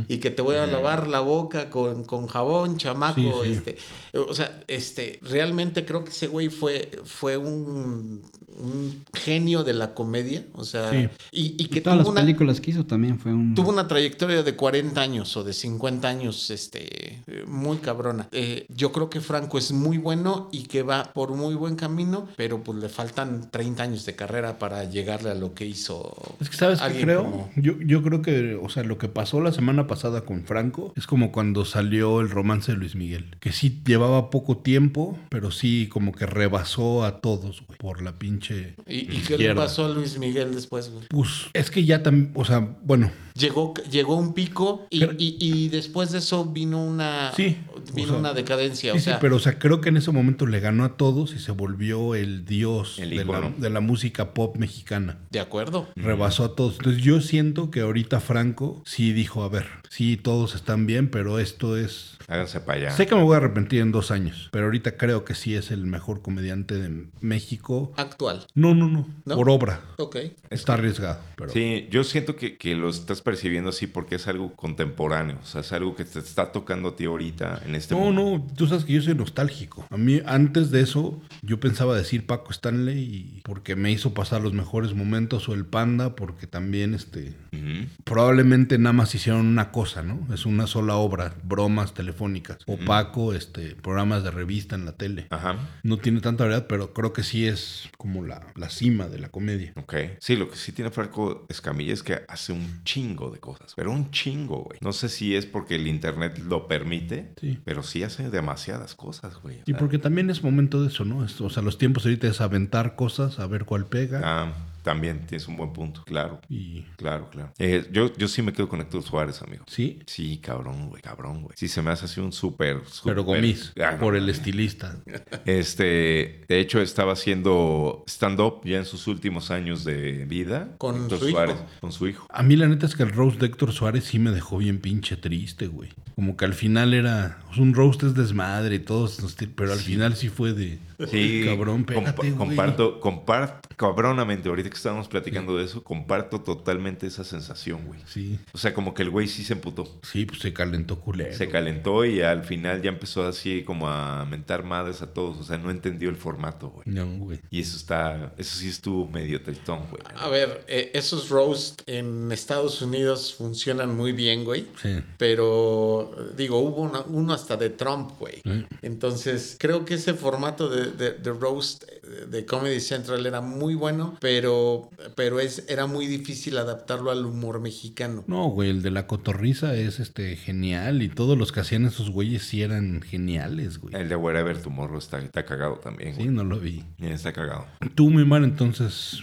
Y que te voy a lavar la boca con, con jabón, chamaco.
Sí, sí.
Este. O sea, este, realmente creo que ese güey fue, fue un, un genio de la comedia. O sea,
Sí.
y, y que
Y todas las
tuvo una,
películas que hizo también fue un...
Tuvo una trayectoria de 40 años o de 50 años, este, eh, muy cabrona. Eh, yo creo que Franco es muy bueno y que va por muy buen camino, pero pues le faltan 30 años de carrera para llegarle a lo que hizo.
Es que sabes que
alguien
creo,
como-
yo, yo creo que, o sea, lo que pasó la semana pasada con Franco es como cuando salió el romance de Luis Miguel, que sí llevaba poco tiempo, pero sí como que rebasó a todos, güey, por la pinche...
¿Y, y qué le
Izquierda.
pasó a Luis Miguel después? güey?
Pues es que ya también, o sea, bueno,
Llegó, llegó un pico y,
Pero-
y- y después de eso vino una,
Sí,
vino
o sea,
una decadencia.
sí,
o
sí,
sea,
pero o sea, creo que en ese momento le ganó a todos y se volvió el dios
El
de, la,
ícono.
de la música pop mexicana.
de acuerdo.
Rebasó a todos. Entonces yo siento que ahorita Franco sí dijo, a ver, sí, todos están bien, pero esto es
Háganse para allá.
Sé que me voy a arrepentir en dos años, pero ahorita creo que sí es el mejor comediante de México.
Actual.
No, no, no.
¿No?
Por obra.
Ok.
Está arriesgado. Pero...
Sí, yo siento que, que lo estás percibiendo así porque es algo contemporáneo, o sea, es algo que te está tocando a ti ahorita en este
No,
momento.
no, tú sabes que yo soy nostálgico. A mí, antes de eso, yo pensaba decir Paco Stanley y porque me hizo pasar los mejores momentos o el Panda porque también, este,
Ujú.
probablemente nada más hicieron una cosa, ¿no? Es una sola obra, bromas telefónicas o Paco, este, programas de revista en la tele.
Ajá.
No tiene tanta variedad, pero creo que sí es como la, la cima de la comedia.
Ok. Sí, lo que sí tiene Franco Escamilla es que hace un chingo de cosas, pero un chingo, güey. No sé si es porque el internet lo permite,
Sí.
pero sí hace demasiadas cosas, güey.
Y porque también es momento de eso, ¿no? Es- O sea, los tiempos ahorita es aventar cosas, a ver cuál pega.
Ah, también tienes un buen punto, claro.
Y
Claro, claro. Eh, yo, yo sí me quedo con Héctor Suárez, amigo.
sí,
Sí, cabrón, güey, cabrón, güey. Sí, se me hace así un súper, súper...
pero gomis,
Ah, no,
por el
no.
estilista.
Este, de hecho, estaba haciendo stand-up ya en sus últimos años de vida.
Con
Héctor
su hijo.
Con su hijo.
A mí la neta es que el roast de Héctor Suárez sí me dejó bien pinche triste, güey. Como que al final era... o sea, un roast es desmadre y todos... nos tir- Pero al final sí fue de...
Sí,
Cabrón, pégate,
compa-
güey.
comparto, comparto, cabronamente, ahorita que estábamos platicando de eso, comparto totalmente esa sensación, güey.
Sí,
O sea, como que el güey sí se emputó.
sí, pues se calentó culero.
Se calentó y al final ya empezó así como a mentar madres a todos. O sea, no entendió el formato, güey.
No, güey.
Y eso está, eso sí estuvo medio tritón, güey.
A ver, eh, esos roast en Estados Unidos funcionan muy bien, güey.
Sí.
Pero digo, hubo una- uno hasta de Trump, güey.
Sí.
Entonces, creo que ese formato de, de- de roast eh, de Comedy Central era muy bueno, pero, pero es, era muy difícil adaptarlo al humor mexicano.
No, güey, el de la cotorriza es este genial y todos los que hacían esos güeyes sí eran geniales, güey.
El de Wherever Tomorrow está, está cagado también,
Sí,
Eh, güey.
no lo vi.
Está cagado.
Tú, mi mar, entonces,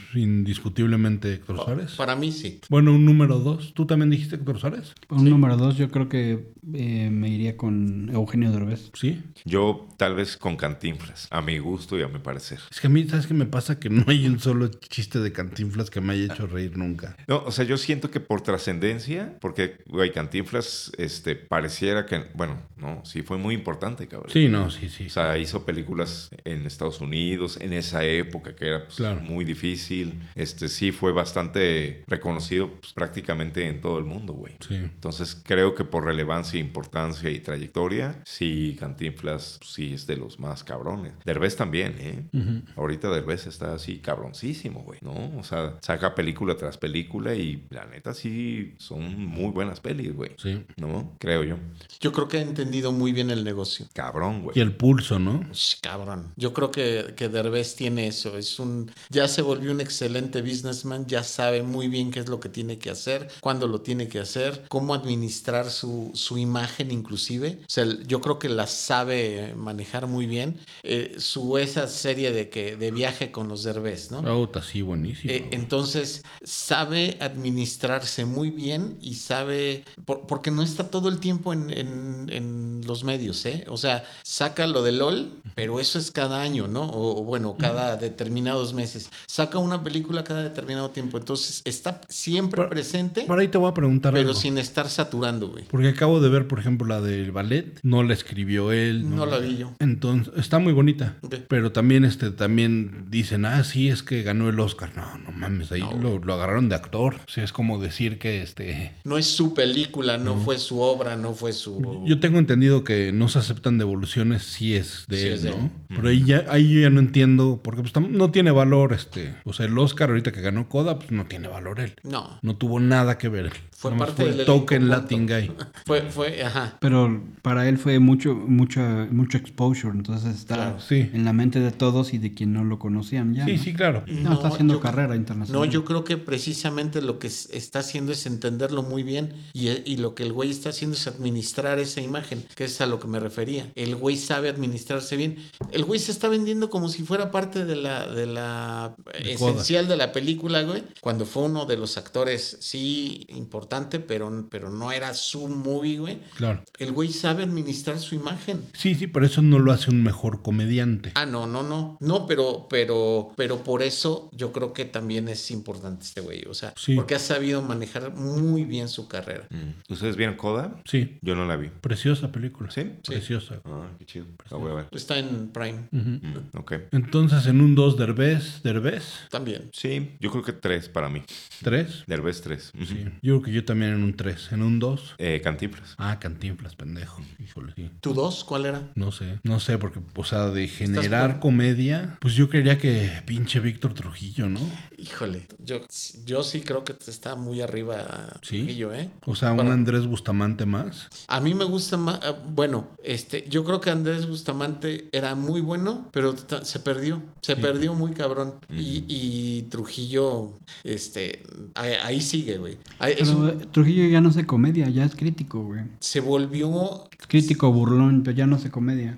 indiscutiblemente Héctor
Oh,
Suárez.
Para mí sí.
Bueno, un número dos. ¿Tú también dijiste Héctor Suárez?
Por un número dos, yo creo que eh, me iría con Eugenio Derbez.
Sí.
Yo tal vez con cantinflas, a mi gusto y a mi parecer.
Es que a mí, ¿sabes qué me pasa? Que no hay un solo chiste de cantinflas que me haya hecho reír nunca.
No, o sea, yo siento que por trascendencia, porque, güey, Cantinflas, este, pareciera que, bueno, no, sí fue muy importante, cabrón.
Sí, no, sí, sí.
O sea, hizo películas en Estados Unidos, en esa época que era pues,
Claro.
muy difícil. Este, sí fue bastante reconocido pues, prácticamente en todo el mundo, güey.
Sí.
Entonces creo que por relevancia, importancia y trayectoria, sí, Cantinflas pues, sí es de los más cabrones. Derbez también, ¿eh? Ahorita Derbez está así cabroncísimo, güey, ¿no? O sea, saca película tras película y la neta sí son muy buenas pelis, güey.
Sí.
¿No? Creo yo.
Yo creo que ha entendido muy bien el negocio.
Cabrón, güey.
Y el pulso, ¿no?
Sh, Cabrón. Yo creo que, que Derbez tiene eso. Es un. Ya se volvió un excelente businessman, ya sabe muy bien qué es lo que tiene que hacer, cuándo lo tiene que hacer, cómo administrar su, su imagen inclusive. O sea, yo creo que la sabe manejar muy bien. Eh, su esa serie de, que, de viaje con los derbés, ¿no?
Ah, puta, sí, buenísimo.
Eh,
güey.
entonces, sabe administrarse muy bien y sabe, por- porque no está todo el tiempo en, en- en los medios, ¿eh? O sea, saca lo de LOL, pero eso es cada año, ¿no? O, o bueno, cada determinados meses. Saca una película cada determinado tiempo. Entonces, está siempre
Pero-
presente,
Por ahí te voy a preguntar
pero
algo.
sin estar saturando, güey.
Porque acabo de ver, por ejemplo, la del ballet. No la escribió él.
No la vi yo.
Entonces, está muy bonita.
Ok.
Pero también, este, también dicen, ah, sí, es que ganó el Oscar. No, no mames, ahí lo, lo agarraron de actor. O sea, es como decir que, este...
No es su película, no fue su obra, no fue su...
Yo tengo entendido que no se aceptan devoluciones si es de
Sí
él,
es de
¿no?
él.
Pero ahí, ya, ahí yo ya no entiendo, porque pues tam- no tiene valor, este... O sea, el Oscar ahorita que ganó Coda, pues no tiene valor él.
No.
No tuvo nada que ver.
Fue
Nada más
parte del
el
elenco,
token
punto.
Latin Guy.
Fue, fue, ajá.
Pero para él fue mucho, mucho, mucho exposure, entonces está
Claro,
sí.
en la mente de todos y de quien no lo conocían ya.
Sí,
¿no?
sí, claro.
No, está haciendo carrera internacional.
No, yo creo que precisamente lo que s- está haciendo es entenderlo muy bien y, y lo que el güey está haciendo es administrar esa imagen, que es a lo que me refería. El güey sabe administrarse bien. El güey se está vendiendo como si fuera parte de la, de la
De Kodak.
esencial de la película, güey. Cuando fue uno de los actores, sí, importante, pero, pero no era su movie, güey.
Claro.
El güey sabe administrar su imagen.
Sí, sí, pero eso no lo hace un mejor comediante.
Ah, no, no, no. No, pero, pero, pero por eso yo creo que también es importante este güey. O sea,
Sí.
porque ha sabido manejar muy bien su carrera.
Mm. ¿Ustedes vieron Coda?
Sí,
Yo no la vi.
preciosa película.
¿Sí?
Preciosa.
Ah, qué chido.
Pues,
La voy a ver.
Está en Prime
Ujú.
Mm, ok.
Entonces, en un 2, Derbez, Derbez,
también.
Sí, yo creo que tres para mí.
3.
Derbez tres. Ujú.
Sí. Yo creo que yo también en un 3. En un 2.
Eh, Cantinflas.
Ah, cantinflas, pendejo. Híjole, sí.
¿Tu dos cuál era?
No sé, no sé, porque, o sea, de
por-
generar comedia, pues yo creería que pinche Víctor Trujillo, ¿no?
Híjole, yo, yo sí creo que está muy arriba.
Sí.
Trujillo, ¿eh?
O sea, un
Bueno.
Andrés Bustamante más.
A mí me gusta más, ah, bueno, este, yo creo que Andrés Bustamante era muy bueno, pero ta- se perdió, se perdió muy cabrón. Y, y Trujillo, este, ahí, ahí sigue, güey. Ahí- es
Pero
un-
eh, Trujillo ya no hace comedia, ya es crítico, güey.
se volvió
Es crítico burlón, pero ya no hace comedia.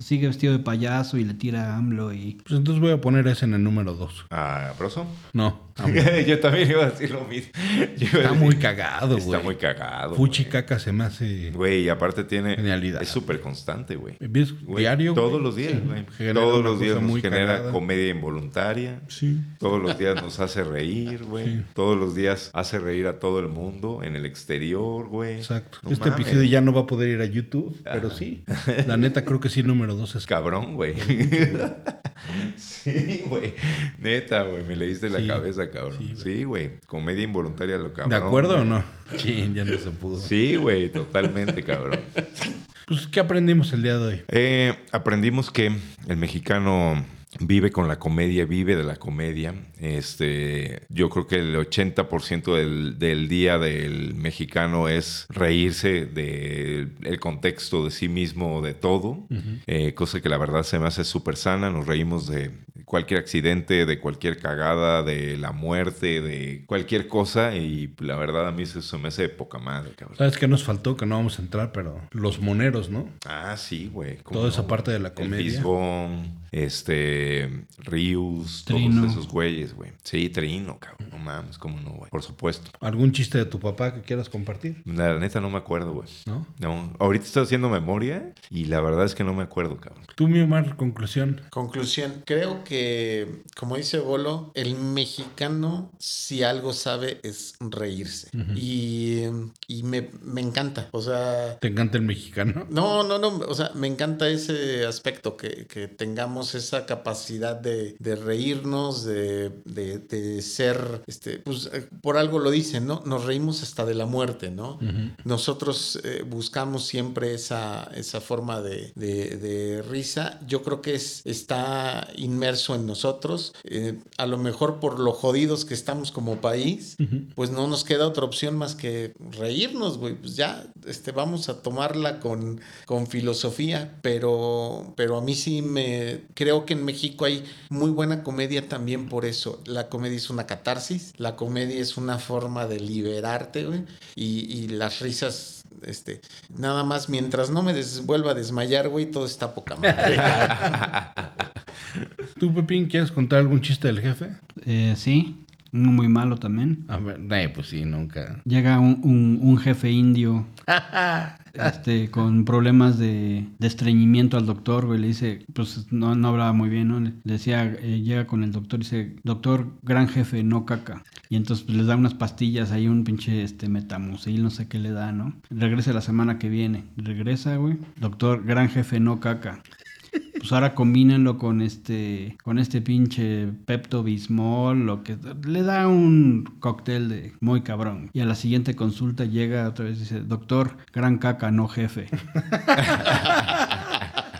Sigue vestido de payaso y le tira a AMLO y...
Pues entonces voy a poner ese en el número 2.
Ah, Broso.
No,
[LAUGHS] yo también iba a decir lo mismo. [LAUGHS] Yo iba a
está
decir-
muy cagado, güey.
Está muy cagado.
Fuchi
güey.
caca se me hace...
Güey, y aparte tiene.
Genialidad.
Es súper constante, güey.
¿Ves?
Güey,
Diario.
Todos
güey.
los días,
Sí.
güey.
Genera
Todos
una
los días
cosa
nos
muy
genera
cagada.
comedia involuntaria.
Sí.
Todos los días nos hace reír, güey. Todos los días hace reír a todo el mundo en el exterior, güey.
Exacto.
No
este
mames.
episodio ya no va a poder ir a YouTube, pero
[LAUGHS]
sí. La neta, creo que sí, el número dos es
Es cabrón, güey. [LAUGHS] sí, güey. Neta, güey. Me leíste la
Sí.
cabeza, cabrón. Sí, güey. comedia involuntaria lo cabrón.
¿De acuerdo
güey.
o no? [LAUGHS] Sí, ya no se pudo.
Sí, güey. Totalmente, cabrón.
Pues, ¿qué aprendimos el día de hoy?
Eh, aprendimos que el mexicano vive con la comedia, vive de la comedia. Este, yo creo que el 80% del, del día del mexicano es reírse del el contexto de sí mismo, de todo. Eh, cosa que la verdad se me hace súper sana. Nos reímos de cualquier accidente, de cualquier cagada, de la muerte, de cualquier cosa. Y la verdad a mí se, se me hace de poca madre, cabrón.
¿Sabes qué nos faltó? Que no vamos a entrar, pero los moneros, ¿no?
Ah, sí, güey. ¿cómo
Toda
no,
esa
güey?
parte de la
El
comedia.
Fisgón, este, Rius,
Trino.
todos esos güeyes, güey. Sí, Trino, cabrón. No mames, cómo no, güey. Por supuesto.
¿Algún chiste de tu papá que quieras compartir?
La neta no me acuerdo, güey.
¿No?
No, ahorita estoy haciendo memoria y la verdad es que no me acuerdo, cabrón.
Tú, mi Omar, conclusión.
Conclusión, creo que, como dice Bolo, el mexicano si algo sabe es reírse. Y, y me, me encanta, o sea...
¿Te encanta el mexicano?
No, no, no, o sea, me encanta ese aspecto, que, que tengamos esa capacidad de, de reírnos, de, de- de ser, este, pues eh, por algo lo dicen, ¿no? Nos reímos hasta de la muerte, ¿no? Nosotros eh, buscamos siempre esa, esa forma de, de- de risa. Yo creo que es, está inmerso o en nosotros, eh, a lo mejor por lo jodidos que estamos como país, pues no nos queda otra opción más que reírnos, güey. Pues ya, este, vamos a tomarla con, con filosofía, pero, pero a mí sí me creo que en México hay muy buena comedia también por eso. La comedia es una catarsis, la comedia es una forma de liberarte, güey, y, y las risas este, nada más mientras no me des- vuelva a desmayar, güey, todo está poca madre.
¿Tú, Pepín, quieres contar algún chiste del jefe?
Eh, sí, uno muy malo también.
A ver, eh, pues sí, nunca.
Llega un, un- un jefe indio este, con problemas de, de estreñimiento al doctor, güey. Le dice, pues no, no hablaba muy bien, ¿no? Le le decía, eh, llega con el doctor y dice, doctor, gran jefe, no caca. Y entonces pues, les da unas pastillas, ahí un pinche este, metamucil, no sé qué le da, ¿no? Regresa la semana que viene. Regresa, güey. Doctor, gran jefe, no caca. Pues ahora combínenlo con este, con este pinche Pepto Bismol, lo que le da un cóctel de muy cabrón. Y a la siguiente consulta llega otra vez y dice, doctor, gran caca,
[LAUGHS]
no jefe.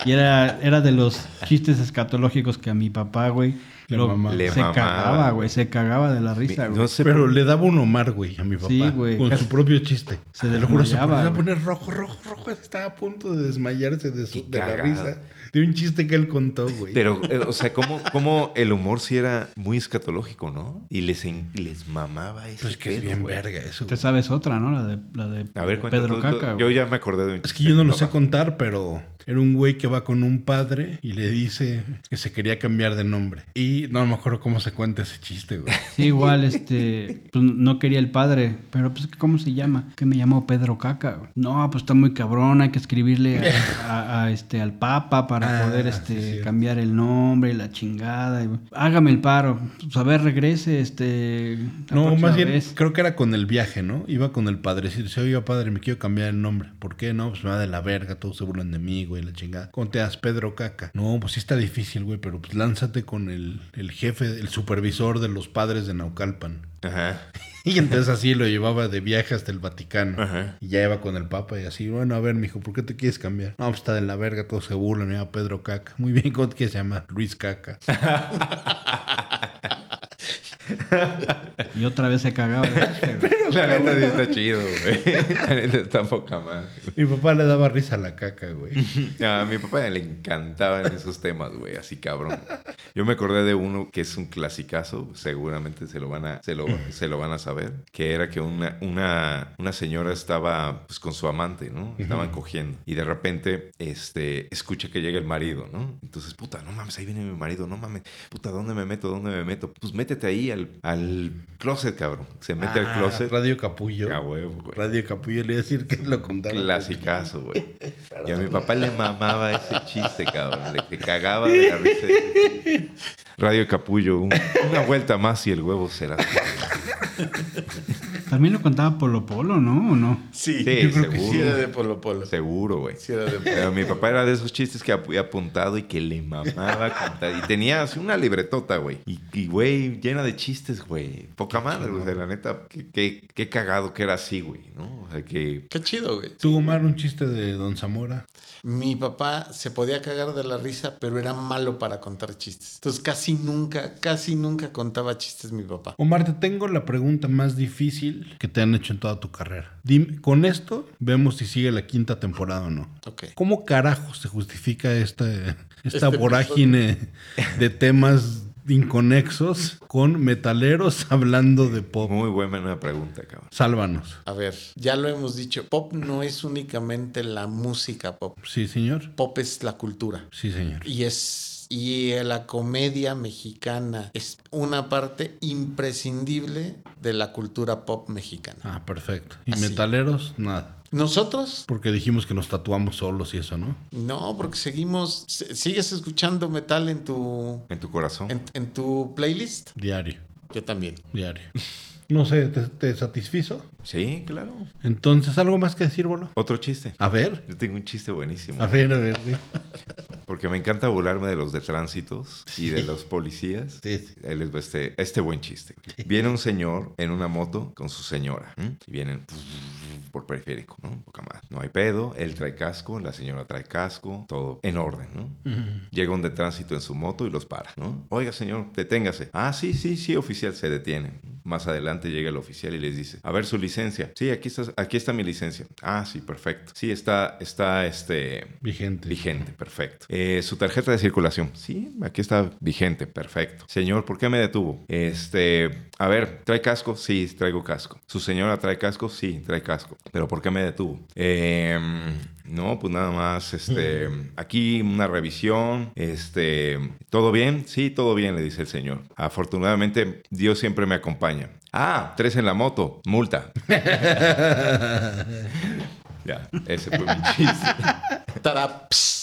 y era, era de los chistes escatológicos que a mi papá, güey,
Le
lo-
mamaba.
Le
se
mamaba.
cagaba, güey, se cagaba de la risa, güey.
No sé
Pero le daba un Omar, güey, a mi papá.
Sí, güey.
Con su propio chiste.
Se
Te lo juro, se
desmayaba,
ponía a
güey.
poner rojo, rojo, rojo. Estaba a punto de desmayarse de, su-
Qué
de la
cagado.
risa. De un chiste que él contó, güey.
Pero, eh, o sea, como, como el humor sí era muy escatológico, ¿no? Y les, en- les mamaba eso.
Pues que es bien verga eso.
Te
güey.
sabes otra, ¿no? La de, la de
A ver, cuenta
Pedro
tú, tú.
Caca,
Yo
güey.
ya me acordé de un
Es que
chiste
yo no
de
lo
mi
sé
papá.
contar, pero era un güey que va con un padre y le dice que se quería cambiar de nombre. Y no me acuerdo cómo se cuenta ese chiste, güey.
Sí, igual, este, pues, no quería el padre, pero pues, ¿cómo se llama? Que me llamó Pedro Caca. güey. No, pues está muy cabrón, hay que escribirle a, a- a, este, al Papa para
Ah,
poder,
sí,
este,
cierto.
cambiar el nombre y la chingada. y, Hágame el paro, pues a ver, regrese, este, [LAUGHS] la
No,
próxima
más bien,
vez".
creo que era con el viaje, ¿no? Iba con el padrecito. Dice, oiga, padre, me quiero cambiar el nombre. ¿Por qué? No, pues me va de la verga, todos se burlan de mí, güey, la chingada. ¿Cómo te das Pedro Caca? No, pues sí está difícil, güey, pero pues lánzate con el, el jefe, el supervisor de los padres de Naucalpan. [LAUGHS]
Ajá.
Y entonces así lo llevaba de viaje hasta el Vaticano.
Ajá.
[LAUGHS] Y ya iba con el Papa y así, bueno, a ver, mijo, ¿por qué te quieres cambiar? No, pues está de la verga, todos se burlan, mira, Pedro Caca. Muy bien, ¿cómo te quieres llamar? Luis Caca.
[LAUGHS]
Y otra vez
[LAUGHS]
se cagaba. de risa, güey.
La neta sí está chido, güey. [LAUGHS] La neta está poca más.
Mi papá le daba risa a la caca, güey.
A mi papá le encantaban esos temas, güey, así cabrón. Yo me acordé de uno que es un clasicazo, seguramente se lo van a, se lo, se lo van a saber, que era que una, una, una señora estaba pues, con su amante, ¿no? Estaban cogiendo y de repente este, escucha que llega el marido, ¿no? Entonces, puta, no mames, ahí viene mi marido, no mames, puta, ¿dónde me meto? ¿Dónde me meto? Pues métete ahí al, al closet, cabrón. Se [LAUGHS] mete al closet.
Ah, Radio Capullo.
A huevo, güey.
Radio Capullo le iba a decir que lo contaba.
Clasicazo, güey. Y a mi papá le mamaba ese chiste, cabrón. Le, le cagaba de la risa. Radio Capullo, un- una vuelta más y el huevo será.
También lo contaba Polo Polo, ¿no? ¿O no?
[LAUGHS] Sí,
Sí,
yo creo que
seguro.
sí era de Polo Polo.
Seguro, güey.
Sí era de Polo.
Pero mi papá era de esos chistes que había apuntado y que le mamaba contar. Y tenía así una libretota, güey. Y, y, güey, llena de chistes, güey. Poca madre, o sea, la neta, qué, qué- qué cagado que era así, güey, ¿no? O sea, que
Qué chido, güey.
Tú, Omar, un chiste de Don Zamora.
Mi papá se podía cagar de la risa, pero era malo para contar chistes. Entonces casi nunca, casi nunca contaba chistes mi papá.
Omar, te tengo la pregunta más difícil que te han hecho en toda tu carrera. Dime- con esto vemos si sigue la quinta temporada o no.
Ok.
¿Cómo carajo se justifica esta, esta
Este
vorágine de temas inconexos con metaleros hablando de pop?
muy buena pregunta, cabrón.
Sálvanos.
A ver, ya lo hemos dicho, pop no es únicamente la música pop.
Sí, señor.
Pop es la cultura.
Sí, señor.
Y es. Y la comedia mexicana es una parte imprescindible de la cultura pop mexicana.
Ah, perfecto. ¿Y
Así.
metaleros? Nada.
Nosotros,
Porque dijimos que nos tatuamos solos y eso, ¿no?
no, porque seguimos. se- ¿Sigues escuchando metal en tu,
En tu corazón.
en, en tu playlist?
Diario,
Yo también.
diario. No sé, ¿te, te satisfizo?
Sí, claro.
Entonces, ¿algo más que decir, Bolo?
Otro chiste.
A ver.
Yo tengo un chiste buenísimo.
A ver, a ver. sí.
Porque me encanta burlarme de los de tránsitos y de los policías.
Sí, sí.
Ahí les va este, este buen chiste. Viene un señor en una moto con su señora. ¿m? Y vienen por periférico, ¿no? Poca más. No hay pedo, él trae casco, la señora trae casco, todo en orden, ¿no? Llega un de tránsito en su moto y los para, ¿no? Oiga, señor, deténgase. Ah, sí, sí, sí, oficial, se detiene. Más adelante llega el oficial y les dice, a ver su licencia. Sí, aquí está, aquí está mi licencia. Ah, sí, perfecto. Sí, está, está, este,
Vigente.
Vigente, perfecto. Eh, su tarjeta de circulación. Sí, aquí está vigente, perfecto. Señor, ¿por qué me detuvo? Este, a ver, ¿trae casco? Sí, traigo casco. ¿Su señora trae casco? Sí, trae casco. ¿Pero por qué me detuvo? Eh, no, pues nada más, este, aquí una revisión, este, ¿todo bien? Sí, todo bien, le dice el señor. Afortunadamente, Dios siempre me acompaña. Ah, tres en la moto, multa. [LAUGHS] ya, ese fue mi chiste.
Tarap, ps.